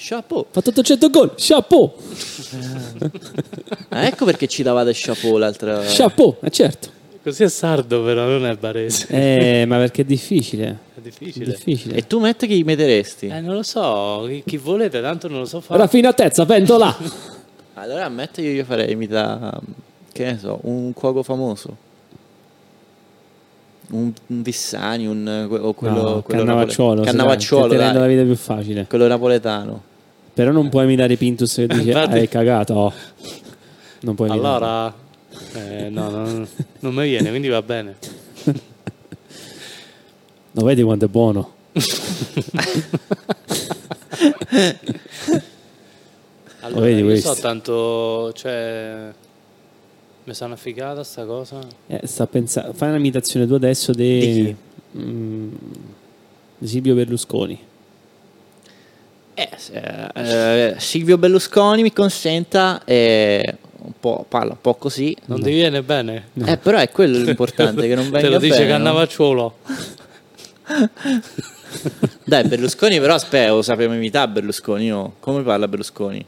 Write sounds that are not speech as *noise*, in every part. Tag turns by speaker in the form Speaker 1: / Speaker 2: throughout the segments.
Speaker 1: Chapeau.
Speaker 2: Fatto 800 gol, chapeau,
Speaker 1: Ah, ecco perché ci davate chapeau l'altra.
Speaker 2: chapeau, eh, certo.
Speaker 3: Così è sardo, però non è barese.
Speaker 2: Eh, ma perché è difficile,
Speaker 3: È
Speaker 2: è
Speaker 3: difficile.
Speaker 2: difficile.
Speaker 1: E tu Matt chi metteresti?
Speaker 3: Eh, non lo so, chi, chi volete, tanto non lo so fare.
Speaker 2: Raffinatezza, *laughs* pentola.
Speaker 1: Allora a Matt io gli farei imita che ne so, un cuoco famoso. Un, un Vissani, un o quello,
Speaker 2: No,
Speaker 1: quello
Speaker 2: Cannavacciuolo.
Speaker 1: napole-
Speaker 2: se
Speaker 1: Cannavacciuolo,
Speaker 2: dai, stai
Speaker 1: dai.
Speaker 2: tenendo la vita più facile.
Speaker 1: quello napoletano.
Speaker 2: Però non puoi imitare Pintus che dice
Speaker 3: Infatti.
Speaker 2: hai cagato. oh". Non puoi imitare.
Speaker 3: Allora, eh, no, no, no, non mi viene, quindi va bene.
Speaker 2: Lo vedi quanto è buono.
Speaker 3: Allora,
Speaker 2: vedi
Speaker 3: io
Speaker 2: questo?
Speaker 3: so tanto, cioè, mi sono affigata sta cosa.
Speaker 2: Eh, sta pensando, fai un'imitazione tu adesso
Speaker 1: Di
Speaker 2: de- mm, di Silvio Berlusconi.
Speaker 1: Eh, se- eh, Silvio Berlusconi mi consenta eh, un po' parla un po' così.
Speaker 3: Non ti viene bene?
Speaker 1: Eh, però è quello l'importante che non venga
Speaker 3: *laughs* Te lo dice
Speaker 1: bene, no?
Speaker 3: Cannavacciuolo.
Speaker 1: Dai, Berlusconi però aspetta, lo sappiamo imitare Berlusconi, no? Come parla Berlusconi?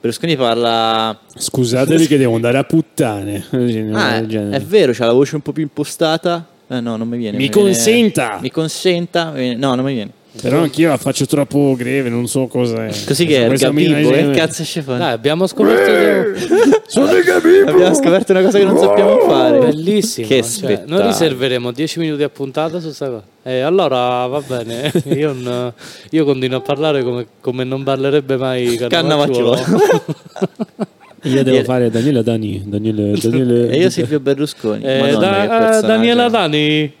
Speaker 1: Berlusconi parla...
Speaker 2: Scusatevi che devo andare a *laughs* puttane.
Speaker 1: Ah, è, è vero, c'ha la voce un po' più impostata. Eh, no, non mi viene.
Speaker 2: Mi
Speaker 1: viene-
Speaker 2: consenta!
Speaker 1: Mi consenta. mi viene- No, non mi viene.
Speaker 2: Però anch'io la faccio troppo greve, non so cosa è.
Speaker 1: Così che è, eh. Gabibbo, che cazzo ci fa?
Speaker 3: Dai, abbiamo scoperto
Speaker 1: Abbiamo scoperto una cosa che non sappiamo fare.
Speaker 3: Oh, bellissimo.
Speaker 1: Che
Speaker 3: cioè,
Speaker 1: spettacolo.
Speaker 3: noi riserveremo 10 minuti a puntata su questa cosa. Eh, allora va
Speaker 1: *laughs*
Speaker 3: bene. Io, non- io continuo a parlare come, come non parlerebbe mai
Speaker 1: *laughs*
Speaker 3: Cannavacciuolo.
Speaker 1: Cannavacciuolo.
Speaker 2: Io devo fare Daniele Dani. Daniele,
Speaker 1: *laughs*
Speaker 2: Daniele-
Speaker 1: E io Silvio Berlusconi.
Speaker 3: Eh,
Speaker 1: Madonna,
Speaker 3: da-
Speaker 1: che
Speaker 3: eh,
Speaker 1: personaggio.
Speaker 3: Daniela Dani.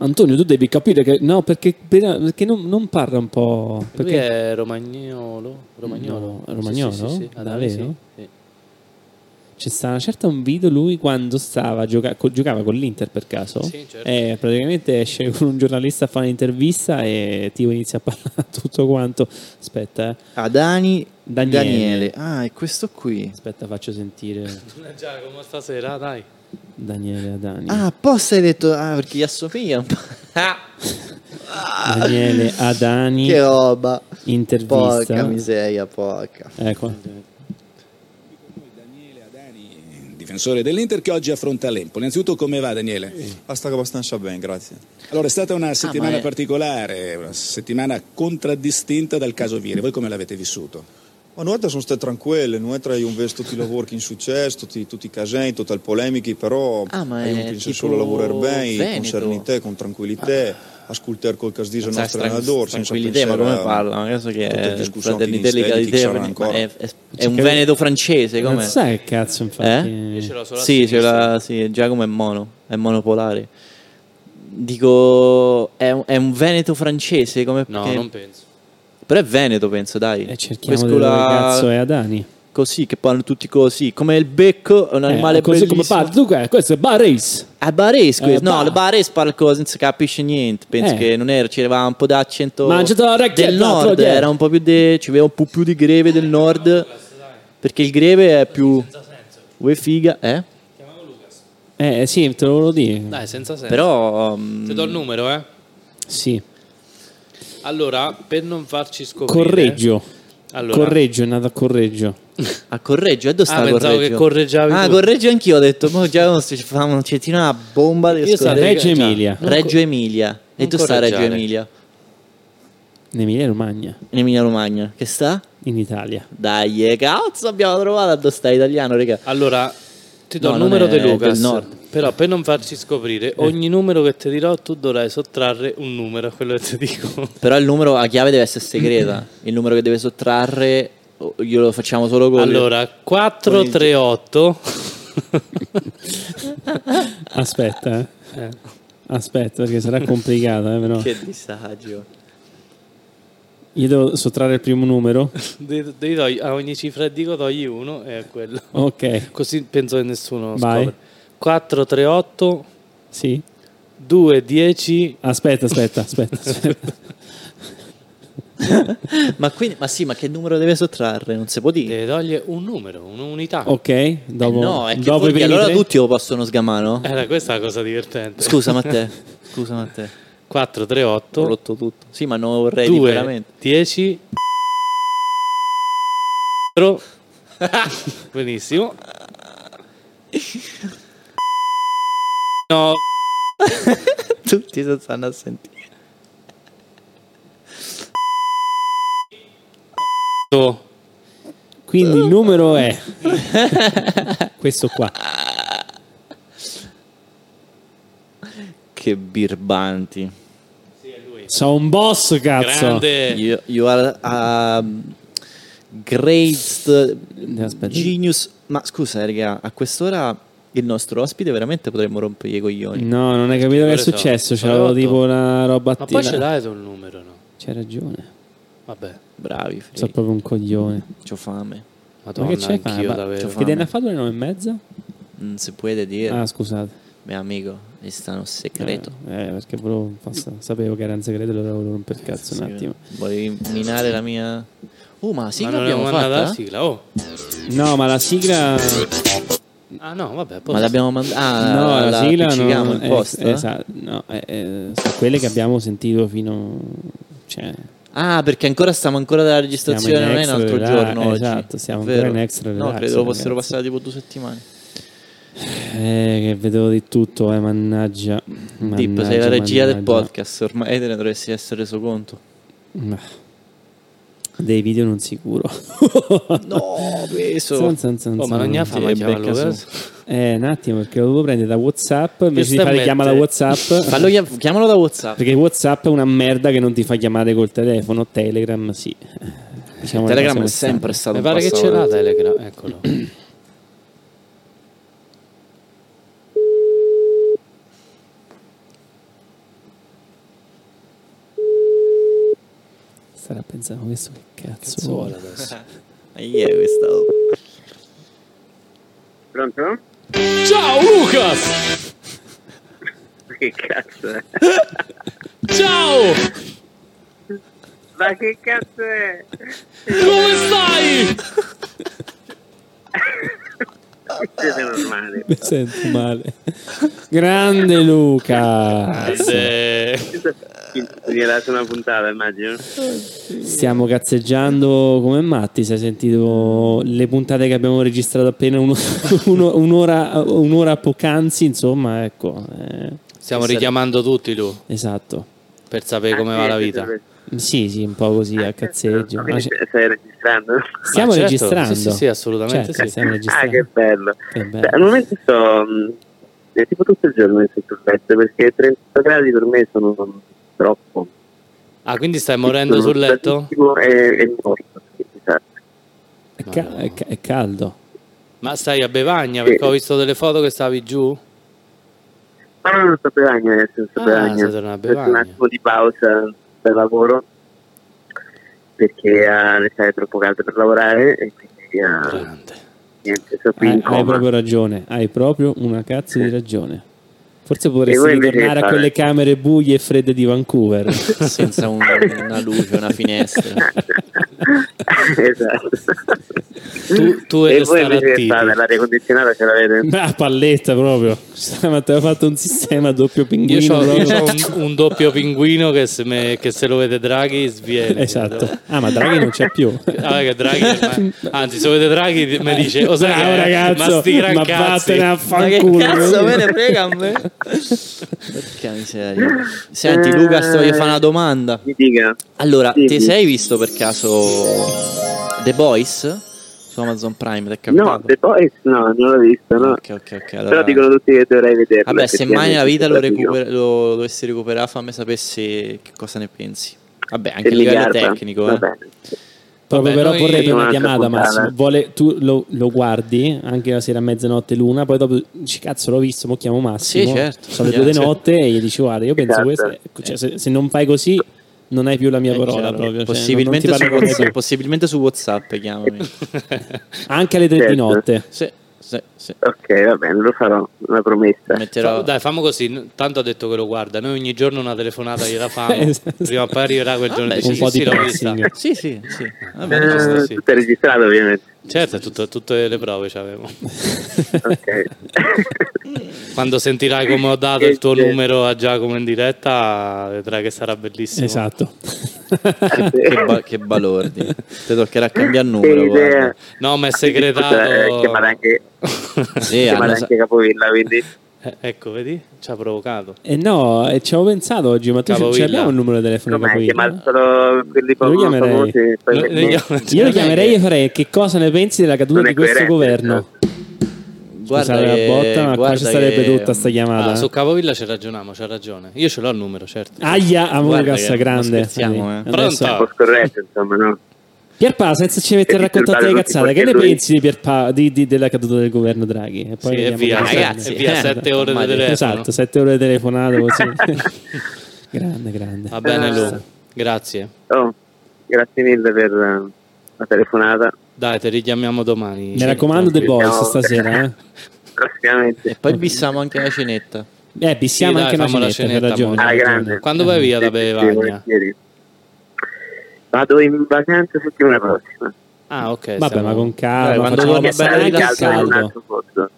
Speaker 2: Antonio, tu devi capire che. No, perché, perché non, non parla un po'.
Speaker 3: Lui
Speaker 2: Perché
Speaker 3: è romagnolo. Romagnolo?
Speaker 2: No, romagnolo?
Speaker 3: Sì, sì, sì, sì. Ah,
Speaker 2: Davvero?
Speaker 3: sì, sì.
Speaker 2: c'è stata una certa un video lui quando stava gioca- co- giocava con l'Inter per caso.
Speaker 3: Sì, certo.
Speaker 2: E praticamente esce *laughs* con un giornalista a fare un'intervista e tipo inizia a parlare *laughs* tutto quanto. Aspetta, eh.
Speaker 1: Ah, Dani.
Speaker 2: Daniele.
Speaker 1: Daniele. Ah, è questo qui.
Speaker 2: aspetta, faccio sentire
Speaker 3: Eh, Già, come stasera, dai.
Speaker 2: Daniele Adani.
Speaker 1: Ah, apposta hai detto. Ah, perché gli assomiglia un po'. Ah!
Speaker 2: Daniele Adani,
Speaker 1: Che roba. Porca
Speaker 2: intervista.
Speaker 1: miseria, porca.
Speaker 2: Ecco.
Speaker 4: Daniele Adani, difensore dell'Inter che oggi affronta l'Empoli. Innanzitutto come va Daniele?
Speaker 5: Ah, sta abbastanza bene, grazie.
Speaker 4: Allora è stata una
Speaker 1: Ah, ma
Speaker 4: settimana
Speaker 1: è-
Speaker 4: particolare, una settimana contraddistinta dal caso Vire. Voi come l'avete vissuto?
Speaker 5: Ma noi sono state tranquille, noi hai un vesto tutti i lavori che in successo, tutti, tutti i casini, tutte le polemiche, però
Speaker 1: Ah, ma
Speaker 5: io
Speaker 1: è
Speaker 5: penso
Speaker 1: tipo
Speaker 5: solo a lavorare bene,
Speaker 1: Veneto.
Speaker 5: con serenità, con tranquillità, ascoltare quel che si dice il
Speaker 1: Sai,
Speaker 5: nostro
Speaker 1: tran-
Speaker 5: allenatore, senza
Speaker 1: Cioè, tranquillità, ma come
Speaker 5: pensare a-
Speaker 1: parla? Ma Adesso che
Speaker 5: tutte le
Speaker 1: è
Speaker 5: discussioni
Speaker 1: fraternità
Speaker 5: che gli stessi, chi
Speaker 1: legalità,
Speaker 5: sarà
Speaker 1: ma
Speaker 5: ancora.
Speaker 1: è, è- è un veneto francese,
Speaker 2: Non
Speaker 1: come?
Speaker 2: sai che cazzo, infatti.
Speaker 1: Eh?
Speaker 3: ce l'ho solo a
Speaker 1: Sì, ce
Speaker 3: sinistra.
Speaker 1: l'ha, sì, Giacomo è mono, è monopolare. Dico, è, un- è un veneto francese, come?
Speaker 3: No,
Speaker 1: che-
Speaker 3: non penso.
Speaker 1: Però è veneto, penso, dai.
Speaker 2: E eh, cerchiamo di eh.
Speaker 1: Pescola
Speaker 2: vedere che cazzo è Adani.
Speaker 1: Così, che parlano tutti così, come il becco, è un animale
Speaker 2: Eh, così come
Speaker 1: bellissimo.
Speaker 2: parla. Tu, eh, questo è Barris.
Speaker 1: È barese, questo.
Speaker 2: Eh,
Speaker 1: no,
Speaker 2: ba-
Speaker 1: il barese parla così, non si capisce niente. Penso
Speaker 2: Eh.
Speaker 1: che non era, c'era un po' d'accento
Speaker 2: Mangiato la racchetta,
Speaker 1: del nord,
Speaker 2: troviamo.
Speaker 1: era un po' più di, c'aveva un po' più di greve del nord, perché il greve è più... Ue figa, eh?
Speaker 2: Eh sì, te lo volevo dire.
Speaker 3: Dai, senza senso.
Speaker 1: Però... um,
Speaker 3: Ti do il numero, eh.
Speaker 2: Sì.
Speaker 3: Allora, per non farci scoprire...
Speaker 2: Correggio.
Speaker 3: Allora.
Speaker 2: Correggio, è nato a Correggio.
Speaker 1: a Correggio, e dove sta
Speaker 3: Ah, pensavo
Speaker 1: Correggio?
Speaker 3: che correggiavi
Speaker 1: Ah,
Speaker 3: tu.
Speaker 1: Correggio anch'io ho detto, ma già non si fa un cettino una bomba di
Speaker 3: Io sa-
Speaker 1: scorreggia.
Speaker 2: Reggio
Speaker 3: già.
Speaker 2: Emilia.
Speaker 1: Reggio Emilia. E
Speaker 3: non
Speaker 1: tu sta a Reggio
Speaker 3: correggiare.
Speaker 1: Emilia,
Speaker 2: In Emilia Romagna,
Speaker 1: in Emilia Romagna. Che sta?
Speaker 2: in Italia.
Speaker 1: Dai, eh, cazzo, abbiamo trovato dove sta italiano, raga.
Speaker 3: Allora, ti do
Speaker 1: No,
Speaker 3: il
Speaker 1: non
Speaker 3: numero
Speaker 1: è Eh.
Speaker 3: di Lucas.
Speaker 1: del nord.
Speaker 3: Però per non farci scoprire, ogni numero che ti dirò tu dovrai sottrarre un numero a quello che ti dico.
Speaker 1: Però il numero a chiave deve essere segreta. Il numero che deve sottrarre oh, glielo facciamo solo con
Speaker 3: Allora, 438 *laughs*
Speaker 2: Aspetta, eh. Aspetta, perché sarà complicato. Eh, però.
Speaker 1: *laughs* che disagio.
Speaker 2: Io devo sottrarre il primo numero.
Speaker 3: devi devi togli- a ogni cifra che dico togli uno e è quello.
Speaker 2: Ok,
Speaker 3: Così penso che nessuno
Speaker 2: Vai.
Speaker 3: scopre. 438
Speaker 2: sì.
Speaker 3: 210
Speaker 2: Aspetta, aspetta, aspetta. aspetta.
Speaker 1: Ma quindi ma sì, ma che numero deve sottrarre? Non si può dire.
Speaker 3: devi togliere un numero, un'unità.
Speaker 2: Ok, dopo,
Speaker 1: Eh no, è che
Speaker 2: dopo i
Speaker 1: forse
Speaker 2: primi
Speaker 1: allora
Speaker 2: tre-
Speaker 1: tutti lo possono sgamare, no?
Speaker 3: Era questa la cosa divertente.
Speaker 1: Scusa, ma te. Scusa, ma te. Ho
Speaker 3: 438
Speaker 1: rotto tutto. Sì, ma non lo vorrei
Speaker 3: 2
Speaker 1: dire veramente.
Speaker 3: 10 *laughs* Però- Benissimo. No,
Speaker 1: *laughs* Tutti si stanno a sentire.
Speaker 3: c***o.
Speaker 2: Quindi il numero è questo qua.
Speaker 1: Che birbanti.
Speaker 2: Sono un boss, cazzo.
Speaker 3: Grande.
Speaker 1: You, you are a great eh,
Speaker 2: Aspetta.
Speaker 1: genius. Ma scusa, raga, a quest'ora il nostro ospite veramente potremmo rompere i coglioni.
Speaker 2: No, non hai capito che è
Speaker 3: Ore so-
Speaker 2: successo.
Speaker 3: ore
Speaker 2: C'avevo
Speaker 3: otto.
Speaker 2: tipo una roba
Speaker 3: Ma
Speaker 2: attiva.
Speaker 3: poi ce l'hai tu il numero, no?
Speaker 2: C'hai ragione.
Speaker 3: Vabbè,
Speaker 1: Bravi, Free.
Speaker 2: Sono proprio un coglione.
Speaker 1: C'ho fame.
Speaker 3: madonna,
Speaker 2: Ma che c'è?
Speaker 3: anch'io
Speaker 2: Ah, ma-
Speaker 3: davvero.
Speaker 1: fa-
Speaker 2: Che te ne ha fatto le nove e mezza?
Speaker 1: Non si può Mm, dire,
Speaker 2: Ah, scusate.
Speaker 1: mio amico, è stato un segreto.
Speaker 2: Eh, eh, perché volevo, fa- sapevo che era un segreto, allora volevo rompere il cazzo un attimo.
Speaker 1: Vuoi minare la mia... Oh, ma sì,
Speaker 3: Ma
Speaker 1: che
Speaker 3: non abbiamo
Speaker 1: l'abbiamo
Speaker 3: mandato la
Speaker 1: fatta?
Speaker 3: sigla, oh.
Speaker 2: No, ma la sigla.
Speaker 3: Ah no, vabbè, poi
Speaker 1: Ma l'abbiamo mandata... Ah,
Speaker 2: no, la, sigla.
Speaker 1: appiccichiamo
Speaker 2: Non,
Speaker 1: il post.
Speaker 2: eh, esatto, no, eh, eh, sono quelle che abbiamo sentito fino. Cioè,
Speaker 1: Ah, perché ancora stiamo ancora dalla
Speaker 2: Siamo
Speaker 1: registrazione,
Speaker 2: in
Speaker 1: non è un
Speaker 2: extra
Speaker 1: altro
Speaker 2: relax,
Speaker 1: giorno oggi.
Speaker 2: esatto, siamo
Speaker 1: È
Speaker 2: ancora
Speaker 1: vero.
Speaker 2: in extra
Speaker 1: No,
Speaker 2: relax,
Speaker 1: credo fossero
Speaker 2: ragazzi.
Speaker 1: passate tipo due settimane.
Speaker 2: eh, che vedevo di tutto, eh, mannaggia.
Speaker 1: Tip,
Speaker 2: mannaggia
Speaker 1: sei la regia del
Speaker 2: mannaggia.
Speaker 1: podcast, ormai te ne dovresti essere reso conto.
Speaker 2: Ma- Dei video non sicuro.
Speaker 1: *laughs* No, peso.
Speaker 2: San, *laughs* san, san,
Speaker 3: Oh, ma
Speaker 2: san.
Speaker 3: non ne ha fatto
Speaker 1: Sì,
Speaker 3: la chiamata,
Speaker 1: becca
Speaker 3: Luca.
Speaker 2: Eh, un attimo, perché lo dovevo prendere da WhatsApp. Invece di
Speaker 3: sta a
Speaker 2: fare chiama da
Speaker 3: mettere? *laughs*
Speaker 2: WhatsApp.
Speaker 1: Fallo chiam- chiamalo da Whatsapp.
Speaker 2: Perché WhatsApp è una merda che non ti fa chiamare col telefono, Telegram sì. Diciamo le
Speaker 1: Telegram
Speaker 2: cose
Speaker 1: è
Speaker 2: come
Speaker 1: sempre stato
Speaker 3: Mi
Speaker 1: un
Speaker 3: pare che
Speaker 1: passaparola.
Speaker 3: ce l'ha Telegram, eccolo. *coughs*
Speaker 2: stanno. Starà pensando questo che cazzo, vuole. *laughs*
Speaker 3: Sola adesso.
Speaker 1: Ah, yeah, questa-
Speaker 6: Pronto?
Speaker 3: Ciao Lucas!
Speaker 6: Che cazzo è?
Speaker 3: Ciao!
Speaker 6: Ma che cazzo è?
Speaker 3: Come stai?
Speaker 6: Siete normali.
Speaker 2: Mi sento male. Grande Luca!
Speaker 6: Gli ha dato una puntata, immagino.
Speaker 2: Stiamo cazzeggiando come matti, se hai sentito le puntate che abbiamo registrato appena uno- *laughs* uno- un'ora, un'ora poc'anzi, insomma, ecco. eh,
Speaker 3: Stiamo richiamando tutti Lu
Speaker 2: esatto.
Speaker 3: per
Speaker 6: Ah,
Speaker 3: sapere come va la vita. Ah,
Speaker 2: Sì, sì, un po' così a cazzeggio. Ma
Speaker 6: Quindi
Speaker 2: c'è-
Speaker 6: Stai registrando?
Speaker 2: stiamo
Speaker 3: Ma certo,
Speaker 2: registrando.
Speaker 3: sì, sì, sì, assolutamente
Speaker 2: Certo,
Speaker 3: sì.
Speaker 2: stiamo
Speaker 6: Ah,
Speaker 2: registrando.
Speaker 6: che bello.
Speaker 2: Che bello.
Speaker 6: Cioè, al momento sto... mh, è tipo tutto il giorno in sottoffetto perché 30 gradi per me sono troppo.
Speaker 3: Ah, quindi stai morendo
Speaker 6: Sono
Speaker 3: sul letto?
Speaker 6: stanchissimo E, e morto. Esatto.
Speaker 2: È, ca- è ca- è caldo.
Speaker 3: Ma stai a Bevagna perché ho visto delle foto che stavi giù?
Speaker 6: Ma Ah, non sto per bagno adesso, sto
Speaker 3: Ah,
Speaker 6: per bagno.
Speaker 3: sei tornato a
Speaker 6: Ho fatto un
Speaker 3: Bevagna.
Speaker 6: attimo di pausa per lavoro perché eh, ne sai è troppo caldo per lavorare e quindi
Speaker 1: Certo.
Speaker 6: eh,
Speaker 3: Grande.
Speaker 6: niente, sono qui
Speaker 1: Eh,
Speaker 2: Hai,
Speaker 6: in
Speaker 2: hai
Speaker 6: coma.
Speaker 2: proprio ragione, hai proprio una cazzo di ragione. Forse potresti
Speaker 6: voi invece
Speaker 2: ritornare a
Speaker 6: fare-
Speaker 2: quelle camere buie e fredde di
Speaker 3: *laughs*
Speaker 2: Vancouver.
Speaker 1: senza un- una luce,
Speaker 2: *laughs*
Speaker 1: una finestra.
Speaker 6: *laughs* esatto.
Speaker 3: Tu- tu e
Speaker 6: e
Speaker 3: le
Speaker 6: voi invece che
Speaker 3: stalattiti.
Speaker 6: fate? L'aria condizionata ce l'avete?
Speaker 2: Ma palletta proprio. Ma ti fatto un sistema doppio
Speaker 3: Io
Speaker 2: pinguino.
Speaker 3: ho
Speaker 2: proprio.
Speaker 3: un, un doppio pinguino che se, me- che se lo vede Draghi sviene.
Speaker 2: Esatto. Ah, ma Draghi non c'è più.
Speaker 3: Ah, che Draghi, ma- anzi, se lo vede Draghi mi dice: Oh, sai
Speaker 2: Bravo
Speaker 3: che-
Speaker 2: Ah, ragazzo,
Speaker 3: ma sti gran
Speaker 2: ma
Speaker 3: cazzi.
Speaker 2: vattene a
Speaker 1: Ma che
Speaker 2: fanculo.
Speaker 1: cazzo me ne frega a me? Porca miseria. Senti, Luca, sto voglio fare una domanda.
Speaker 6: Mi dica.
Speaker 1: Allora,
Speaker 6: Sì,
Speaker 1: ti
Speaker 6: sì.
Speaker 1: sei visto per caso The Boys su Amazon Prime? Ti è capitato?
Speaker 6: No, The Boys no, non l'ho visto, no.
Speaker 1: Ok, ok, ok. Allora...
Speaker 6: Però dicono tutti che dovrei vederlo.
Speaker 1: Vabbè, se mai nella vita lo,
Speaker 6: effettivamente,
Speaker 1: recuper- lo dovessi recuperare, fammi sapessi che cosa ne pensi. Vabbè, anche
Speaker 6: se
Speaker 1: a
Speaker 6: mi
Speaker 1: livello
Speaker 6: garba.
Speaker 1: tecnico.
Speaker 6: Va
Speaker 1: Eh.
Speaker 6: bene.
Speaker 2: Proprio
Speaker 3: Vabbè,
Speaker 2: però
Speaker 3: noi-
Speaker 2: vorrebbe una
Speaker 6: Un'altra
Speaker 2: chiamata
Speaker 6: puntata.
Speaker 2: Massimo. Vuole- tu lo, lo guardi anche la sera a mezzanotte l'una, poi dopo dici cazzo l'ho visto, mo chiamo Massimo.
Speaker 1: Sì, certo.
Speaker 2: Sono le due di
Speaker 1: Certo.
Speaker 2: notte e gli dici guarda, io penso
Speaker 6: Esatto.
Speaker 2: questo. è- cioè, se, se non fai così non hai più la mia
Speaker 1: È
Speaker 2: parola
Speaker 1: chiaro.
Speaker 2: proprio. cioè,
Speaker 1: Eh, possibilmente,
Speaker 2: non- non ti
Speaker 1: su
Speaker 2: parlo con
Speaker 1: WhatsApp,
Speaker 2: te.
Speaker 1: possibilmente su
Speaker 2: *laughs*
Speaker 1: WhatsApp chiamami.
Speaker 3: *laughs*
Speaker 2: Anche alle tre di
Speaker 6: Certo.
Speaker 2: notte.
Speaker 1: sì, sì, sì.
Speaker 6: Ok, va bene, lo farò, una promessa.
Speaker 1: Metterò...
Speaker 3: Dai, fammo così. n- Tanto ha detto che lo guarda. Noi ogni giorno una telefonata gliela famo.
Speaker 2: *laughs* Esatto.
Speaker 3: prima o poi arriverà quel giorno.
Speaker 1: Vabbè,
Speaker 3: dice,
Speaker 1: un
Speaker 3: "Sì,
Speaker 2: po'
Speaker 3: sì,
Speaker 2: di
Speaker 3: l'ho
Speaker 2: pressing".
Speaker 3: vista".
Speaker 1: Sì, sì, sì. Vabbè.
Speaker 3: Eh, giusto,
Speaker 6: Eh,
Speaker 3: sì.
Speaker 6: tutto è registrato ovviamente.
Speaker 3: Certo, tutto- tutte le prove ci
Speaker 2: *laughs*
Speaker 3: avevo.
Speaker 1: *laughs*
Speaker 6: Ok. *laughs*
Speaker 3: Quando sentirai come ho dato il tuo numero a Giacomo in diretta, vedrai che sarà bellissimo.
Speaker 2: Esatto.
Speaker 1: che, ba- che balordi. Ti toccherà cambiare
Speaker 6: Sì,
Speaker 1: numero. guarda.
Speaker 6: idea.
Speaker 3: No, ma è
Speaker 6: Eh,
Speaker 3: segretato.
Speaker 6: chiamare anche,
Speaker 1: Sì,
Speaker 6: chiamare
Speaker 1: hanno sa-
Speaker 6: anche Capovilla, quindi
Speaker 3: Eh, ecco, vedi? Ci ha provocato.
Speaker 2: E Eh, no, e ci avevo pensato oggi, ma tu
Speaker 3: Cavolo, Villa.
Speaker 2: ce l'abbiamo il numero di telefono
Speaker 6: come
Speaker 2: di
Speaker 6: chiamare solo quelli poco
Speaker 2: chiamerei.
Speaker 6: famosi. poi-
Speaker 3: Lo- lo chiamo- *laughs*
Speaker 2: Io lo chiamerei e farei che cosa ne pensi della caduta
Speaker 6: Non è
Speaker 2: di questo
Speaker 6: coerente,
Speaker 2: governo?
Speaker 1: Guarda
Speaker 2: Scusate
Speaker 1: che-
Speaker 2: la botta, ma qua
Speaker 1: guarda
Speaker 2: ci sarebbe
Speaker 1: che- mm.
Speaker 2: tutta sta chiamata.
Speaker 3: Ah, su Capovilla ci ragioniamo, c'ha ragione. Io ce l'ho il numero, certo.
Speaker 2: Aia, amore
Speaker 1: Guarda che
Speaker 2: cassa
Speaker 1: non
Speaker 2: grande.
Speaker 1: scherziamo, eh.
Speaker 2: Adesso-
Speaker 6: Un
Speaker 3: Pronto?
Speaker 6: po' scorretto, insomma, no?
Speaker 2: Pierpa, senza ci mettere a
Speaker 6: E disturbare
Speaker 2: raccontare le
Speaker 6: tutti
Speaker 2: cazzate, che
Speaker 6: perché
Speaker 2: ne
Speaker 6: lui-
Speaker 2: pensi di Pierpa, di, di- della caduta del governo Draghi? E
Speaker 3: Sì, e
Speaker 2: vediamo
Speaker 3: via,
Speaker 2: come
Speaker 1: ragazzi,
Speaker 3: e
Speaker 2: stanno.
Speaker 3: via,
Speaker 1: eh,
Speaker 3: sette ore di
Speaker 1: ormai-
Speaker 3: telefono.
Speaker 2: Esatto, sette ore di telefonata così. grande, grande.
Speaker 3: Va bene,
Speaker 2: Esatto.
Speaker 3: Lu. Grazie.
Speaker 6: Oh, grazie mille per eh, la telefonata.
Speaker 3: Dai, ti richiamiamo domani.
Speaker 2: Mi raccomando, The
Speaker 3: Tranquillo.
Speaker 2: Boys
Speaker 6: No.
Speaker 2: stasera. Eh,
Speaker 1: E
Speaker 6: Prossimamente.
Speaker 1: poi bissiamo anche la cenetta.
Speaker 2: eh bissiamo
Speaker 3: Sì, dai,
Speaker 2: anche una
Speaker 3: fammo la
Speaker 2: cenetta, per
Speaker 3: cenetta,
Speaker 2: ragione.
Speaker 6: Ah,
Speaker 2: hai
Speaker 6: grande.
Speaker 2: ragione.
Speaker 3: Quando vai via da
Speaker 6: Sì, sì, sì,
Speaker 3: Bevagna?
Speaker 6: volentieri. Vado in vacanza settimana prossima. Diciamo
Speaker 3: Ah, ok.
Speaker 2: Vabbè,
Speaker 3: siamo-
Speaker 2: ma con calma,
Speaker 1: Dai, quando
Speaker 2: facciamo
Speaker 1: torni a
Speaker 2: passare
Speaker 1: Bari
Speaker 2: anche il
Speaker 1: dal
Speaker 6: in un
Speaker 2: caldo.
Speaker 6: altro posto.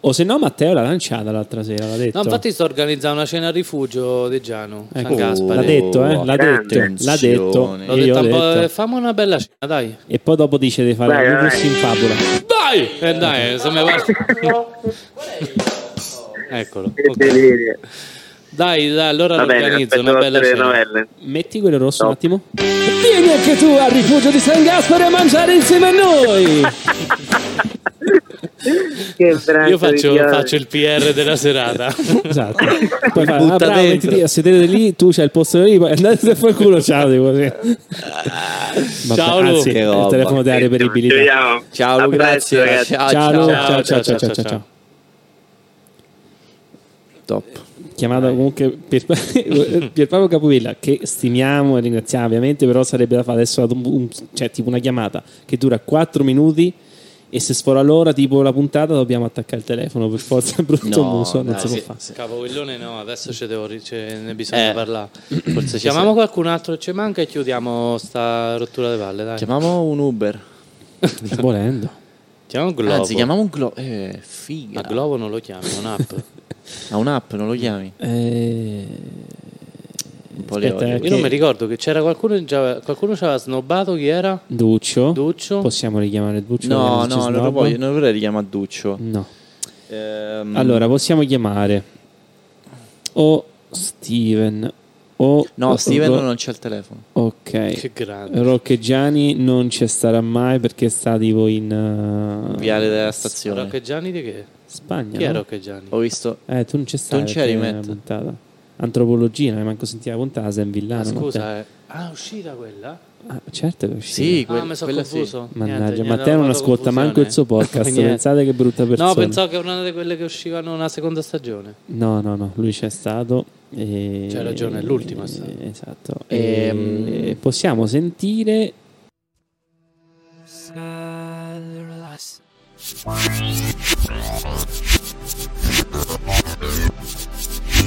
Speaker 2: O se no, Matteo l'ha lanciata l'altra sera, l'ha detto.
Speaker 3: No, infatti sto organizzando una cena a rifugio di Giano, San
Speaker 2: Ecco, l'ha
Speaker 3: Gaspare.
Speaker 2: detto, eh, l'ha
Speaker 6: Grande.
Speaker 2: detto, l'ha detto.
Speaker 1: Attenzione.
Speaker 3: L'ho
Speaker 2: E io
Speaker 3: detto, eh.
Speaker 2: ho
Speaker 3: "Ah, boh,
Speaker 2: detto.
Speaker 3: fammi una bella cena, dai.
Speaker 2: E poi dopo dice di fare
Speaker 6: Vai,
Speaker 2: un
Speaker 6: vai,
Speaker 2: hummus in fabula.
Speaker 3: Dai! E Eh, dai, se mi va- Eccolo.
Speaker 6: Che
Speaker 3: ok.
Speaker 6: delirio.
Speaker 3: Dai, dai, allora
Speaker 6: Va bene,
Speaker 3: organizzo
Speaker 6: aspetto
Speaker 3: una bella
Speaker 6: vostre
Speaker 3: cena.
Speaker 6: novelle.
Speaker 2: Metti quello rosso
Speaker 6: No.
Speaker 2: un attimo. Vieni anche tu al rifugio di San Gaspare a mangiare insieme a noi.
Speaker 6: eh, Che branco
Speaker 3: Io faccio,
Speaker 6: di chiave.
Speaker 3: faccio il PR della
Speaker 2: *laughs*
Speaker 3: serata.
Speaker 2: *laughs* esatto. Poi fa,
Speaker 1: butta
Speaker 2: ah, bravo,
Speaker 1: dentro."
Speaker 2: mettiti a sedere lì, tu c'hai il posto lì, poi andate a fare il culo, ciao. Tipo, sì. Vabbè,
Speaker 3: *laughs* Ciao, Lu.
Speaker 2: anzi,
Speaker 1: Che
Speaker 2: il
Speaker 1: roba.
Speaker 2: telefono della
Speaker 6: Ci
Speaker 2: reperibilità.
Speaker 6: vediamo.
Speaker 1: Ciao,
Speaker 6: A
Speaker 1: Lu,
Speaker 6: presto,
Speaker 1: grazie.
Speaker 6: ragazzi.
Speaker 1: Ciao,
Speaker 2: Ah, Ciao, Lu, ciao, ciao, ciao, ciao, ciao,
Speaker 3: ciao.
Speaker 1: Top.
Speaker 2: Chiamata comunque Pier- *laughs* Pierpaolo Capovilla, che stimiamo e ringraziamo ovviamente, però sarebbe da fare adesso un- un- cioè, tipo una chiamata che dura 4 minuti e se sfora l'ora, tipo la puntata, dobbiamo attaccare il telefono per forza, *laughs* brutto,
Speaker 1: No,
Speaker 2: non so, non
Speaker 1: dai,
Speaker 2: si può
Speaker 1: sì,
Speaker 2: fare.
Speaker 3: Cavovillone no, adesso ci devo ri- ce- ne bisogna
Speaker 2: *clears throat*
Speaker 1: Eh.
Speaker 3: parlare.
Speaker 1: Forse ci
Speaker 3: Chiamiamo qualcun altro che ci manca e chiudiamo sta rottura di palle, dai.
Speaker 1: sa- Chiamiamo un Uber.
Speaker 2: Volendo.
Speaker 3: Chiamiamo Globo.
Speaker 2: Ah,
Speaker 1: Anzi, chiamiamo un Globo. Eh, figa.
Speaker 3: Ma Globo non lo chiami, è un'app.
Speaker 2: *laughs*
Speaker 1: Ha un'app, non lo chiami?
Speaker 2: Eh,
Speaker 1: Un po' le
Speaker 2: Aspetta,
Speaker 1: odio.
Speaker 2: eh.
Speaker 3: Io non
Speaker 2: Che-
Speaker 3: mi ricordo che c'era qualcuno che già- qualcuno ci aveva snobbato chi era?
Speaker 2: Duccio.
Speaker 3: Duccio.
Speaker 2: Possiamo richiamare Duccio?
Speaker 1: No,
Speaker 2: perché non
Speaker 1: no,
Speaker 2: ci
Speaker 1: non lo
Speaker 2: snobba?
Speaker 1: voglio, non vorrei richiamare Duccio.
Speaker 2: No.
Speaker 1: Ehm,
Speaker 2: Mm. Allora, possiamo chiamare o Steven o...
Speaker 1: no,
Speaker 2: o-
Speaker 1: Steven
Speaker 2: o-
Speaker 1: non c'è il telefono.
Speaker 2: Ok.
Speaker 3: Che grande.
Speaker 2: Roccheggiani non ci starà mai perché sta tipo in eh,
Speaker 1: Viale della stazione.
Speaker 3: Roccheggiani di che?
Speaker 2: Spagna.
Speaker 3: Chi è
Speaker 2: no?
Speaker 3: Roccheggiani?
Speaker 1: Ho visto.
Speaker 2: Eh, tu non ci stai.
Speaker 1: Tu non c'eri,
Speaker 2: perché è
Speaker 1: Matt.
Speaker 2: puntata. Antropologia, non hai manco sentito la puntata, sei in villano.
Speaker 3: Ah,
Speaker 2: Matteo.
Speaker 3: scusa, eh. ah, è uscita quella?
Speaker 2: Ah, certo che è uscita.
Speaker 1: Sì,
Speaker 3: ah,
Speaker 1: quel-
Speaker 3: mi sono
Speaker 1: quella sì.
Speaker 3: confuso.
Speaker 2: Mannaggia,
Speaker 3: Niente,
Speaker 2: ma
Speaker 3: gli
Speaker 2: te
Speaker 3: hanno
Speaker 2: non
Speaker 3: dato
Speaker 2: ascolta
Speaker 3: confusione.
Speaker 2: manco il suo podcast.
Speaker 3: *laughs* Niente.
Speaker 2: Pensate che brutta persona.
Speaker 3: No, pensavo che era una di quelle che uscivano una seconda stagione.
Speaker 2: No, no, no, lui c'è stato. E...
Speaker 3: C'hai ragione, è l'ultimo è stato.
Speaker 2: Eh, Esatto.
Speaker 1: Ehm.
Speaker 2: E... Possiamo sentire